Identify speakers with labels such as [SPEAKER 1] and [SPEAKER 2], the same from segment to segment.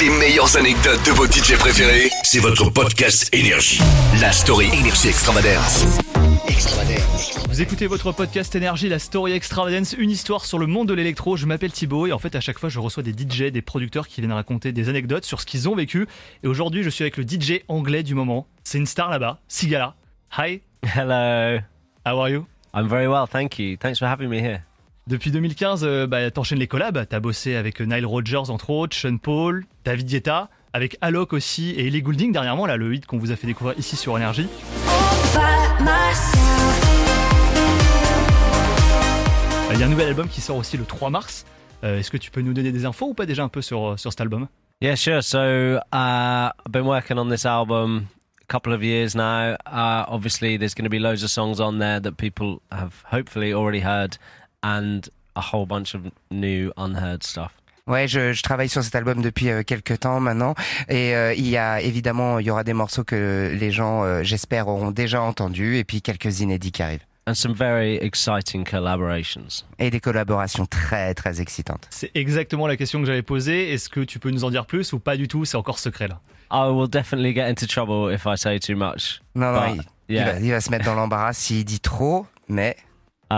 [SPEAKER 1] Les meilleures anecdotes de vos DJ préférés,
[SPEAKER 2] C'est votre podcast Énergie.
[SPEAKER 1] la story Énergie Extravagance.
[SPEAKER 3] Vous écoutez votre podcast Énergie, la story extravagance, une histoire sur le monde de l'électro. Je m'appelle Thibaut et en fait à chaque fois je reçois des DJ, des producteurs qui viennent raconter des anecdotes sur ce qu'ils ont vécu. Et aujourd'hui je suis avec le DJ anglais du moment. C'est une star là-bas, Sigala. Hi,
[SPEAKER 4] Hello.
[SPEAKER 3] how are you
[SPEAKER 4] I'm very well, thank you. Thanks for having me here.
[SPEAKER 3] Depuis 2015, euh, bah, t'enchaînes les collabs. T'as bossé avec euh, Nile Rodgers entre autres, Sean Paul, David Guetta, avec Alok aussi et Ellie Goulding dernièrement, là le hit qu'on vous a fait découvrir ici sur Énergie.
[SPEAKER 5] by myself.
[SPEAKER 3] Euh, Il y a un nouvel album qui sort aussi le 3 mars. Euh, Est-ce que tu peux nous donner des infos ou pas déjà un peu sur, sur cet album
[SPEAKER 4] Yeah, sure. So uh, I've been working on this album a couple of years now. Uh, obviously, there's going to be loads of songs on there that people have hopefully already heard, and a whole bunch of new unheard stuff.
[SPEAKER 6] Ouais, je, je travaille sur cet album depuis euh, quelques temps maintenant, et euh, il y a évidemment il y aura des morceaux que les gens, euh, j'espère, auront déjà entendus, et puis quelques inédits qui arrivent,
[SPEAKER 4] And some very exciting collaborations.
[SPEAKER 6] et des collaborations très très excitantes.
[SPEAKER 3] C'est exactement la question que j'avais posée. Est-ce que tu peux nous en dire plus ou pas du tout C'est encore secret là.
[SPEAKER 4] I will definitely get into trouble if I say too much.
[SPEAKER 6] Non,
[SPEAKER 3] Ah,
[SPEAKER 6] non,
[SPEAKER 4] Bah,
[SPEAKER 6] il, il
[SPEAKER 4] yeah.
[SPEAKER 6] va, il va se mettre dans l'embarras s'il dit trop, mais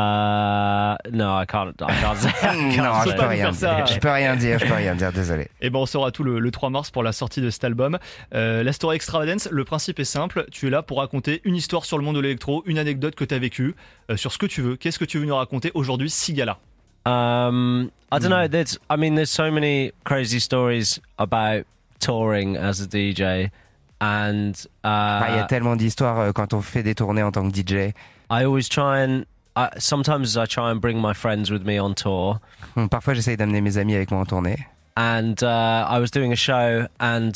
[SPEAKER 4] Uh, no, I can't. I can't say. I can't
[SPEAKER 6] non,
[SPEAKER 3] faut
[SPEAKER 4] say.
[SPEAKER 6] je peux
[SPEAKER 3] pas
[SPEAKER 6] rien
[SPEAKER 3] nous faire Ah, ça.
[SPEAKER 6] dire. Je peux rien dire, je peux rien dire, désolé.
[SPEAKER 3] Et ben on saura tout le, le 3 mars pour la sortie de cet album. Euh, la story extravagance, le principe est simple. Tu es là pour raconter une histoire sur le monde de l'électro, une anecdote que tu as vécue, euh, sur ce que tu veux. Qu'est-ce que tu veux nous raconter aujourd'hui, Sigala
[SPEAKER 4] Um, I don't know. There's, I mean, there's so many crazy stories about touring as a DJ, and
[SPEAKER 6] Ah, Il y a
[SPEAKER 4] uh,
[SPEAKER 6] tellement d'histoires euh, quand on fait des tournées en tant que DJ.
[SPEAKER 4] I always try and I, sometimes I try and bring my friends with me on tour.
[SPEAKER 6] Bon, parfois, j'essaye d'amener mes amis avec moi en tournée.
[SPEAKER 4] And uh, I was doing a show, and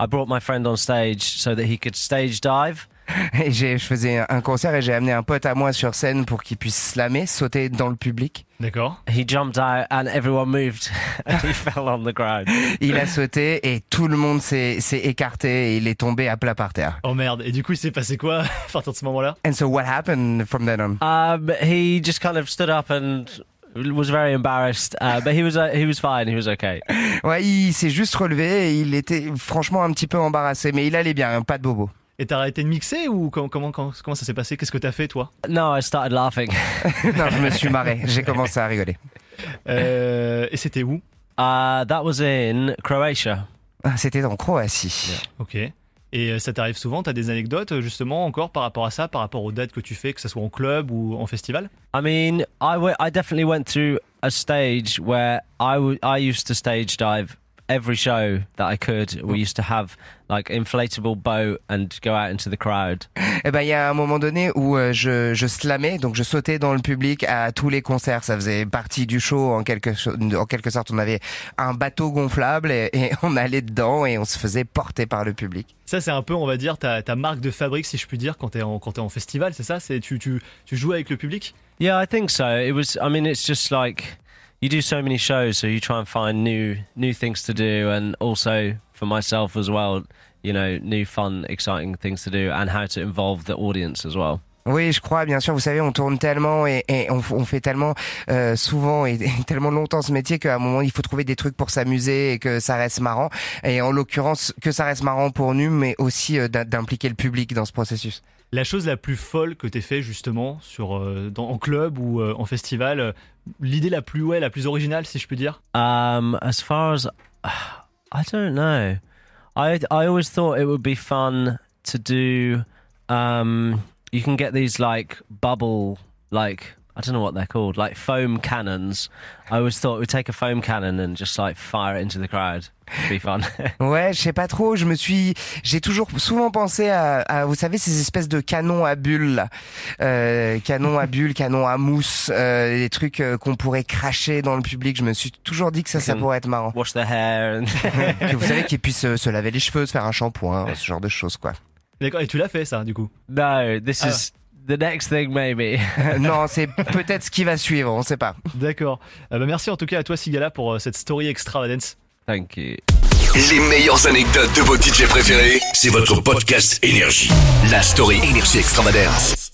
[SPEAKER 4] I brought my friend on stage so that he could stage dive.
[SPEAKER 6] Et j'ai- je faisais un- un concert et j'ai amené un pote à moi sur scène pour qu'il puisse slammer, sauter dans le public.
[SPEAKER 3] D'accord.
[SPEAKER 4] He jumped out, and everyone moved, and he fell on the ground.
[SPEAKER 6] Il a sauté et tout le monde s'est s'est écarté et il est tombé à plat par terre.
[SPEAKER 3] Oh merde. Et du coup, il s'est passé quoi à partir de ce moment-là
[SPEAKER 6] And so what happened from then on?
[SPEAKER 4] Um, he just kind of stood up and was very embarrassed, uh, but he was uh, he was fine. He was okay.
[SPEAKER 6] Ouais, il s'est juste relevé et il était franchement un petit peu embarrassé, mais il allait bien, hein, pas de bobo.
[SPEAKER 3] Et t'as arrêté de mixer ou com- comment, comment, comment ça s'est passé Qu'est-ce que t'as fait toi
[SPEAKER 4] No, I started laughing.
[SPEAKER 6] non, je me suis marré, j'ai commencé à rigoler.
[SPEAKER 3] Euh, Et c'était où
[SPEAKER 4] Uh, that was in Croatia.
[SPEAKER 6] Ah, C'était en Croatie.
[SPEAKER 3] Ok. Et euh, ça t'arrive souvent, t'as des anecdotes euh, justement encore par rapport à ça, par rapport aux dates que tu fais, que ce soit en club ou en festival
[SPEAKER 4] I mean, I we- I definitely went through a stage where I w- I used to stage dive every show that I could. We used to have like inflatable boat and go out into the crowd.
[SPEAKER 6] Eh ben, il y a un moment donné où euh, je, je slamais, donc je sautais dans le public à tous les concerts. Ça faisait partie du show en quelque, so- en quelque sorte. On avait un bateau gonflable et- et on allait dedans et on se faisait porter par le public.
[SPEAKER 3] Ça, c'est un peu, on va dire, ta, ta marque de fabrique, si je puis dire, quand t'es en, quand t'es en festival, c'est ça C'est tu, tu, tu joues avec le public
[SPEAKER 4] Yeah, I think so. It was. I mean, it's just like you do so many shows, so you try and find new new things to do, and also for myself as well. You know, new fun, exciting things to do, and how to involve the audience as well.
[SPEAKER 6] Oui, je crois, bien sûr. Vous savez, on tourne tellement et, et on, f- on fait tellement euh, souvent et, et tellement longtemps ce métier qu'à un moment, il faut trouver des trucs pour s'amuser et que ça reste marrant. Et en l'occurrence, que ça reste marrant pour nous, mais aussi euh, d'im- d'impliquer le public dans ce processus.
[SPEAKER 3] La chose la plus folle que t'aies fait justement sur, euh, dans, en club ou euh, en festival, euh, l'idée la plus, ouais, la plus originale, si je puis dire
[SPEAKER 4] Um, as far as I don't know, I I always thought it would be fun to do. Um, you can get these like bubble, like I don't know what they're called, like foam cannons. I always thought we'd take a foam cannon and just like fire it into the crowd. It'd be fun.
[SPEAKER 6] Ouais, je sais pas trop. Je me suis, j'ai toujours souvent pensé à, à, vous savez, ces espèces de canons à bulles, là. euh, canons à bulles, canons à mousse, euh, des trucs euh, qu'on pourrait cracher dans le public. Je me suis toujours dit que ça, ça
[SPEAKER 4] Can-
[SPEAKER 6] pourrait être marrant.
[SPEAKER 4] Wash their hair and
[SPEAKER 6] que vous savez qu'ils puissent euh, se laver les cheveux, se faire un shampoing, ce genre de choses quoi.
[SPEAKER 3] D'accord, et tu l'as fait ça, du coup
[SPEAKER 4] no, this
[SPEAKER 3] Ah.
[SPEAKER 4] is the next thing maybe.
[SPEAKER 6] Euh, non, c'est peut-être ce qui va suivre, on sait pas.
[SPEAKER 3] D'accord. Euh, bah, merci en tout cas à toi, Sigala, pour euh, cette story extravagance.
[SPEAKER 4] Thank you.
[SPEAKER 1] Les meilleures anecdotes de vos DJ préférés,
[SPEAKER 2] C'est votre podcast Énergie.
[SPEAKER 1] la story Énergie Extravagance.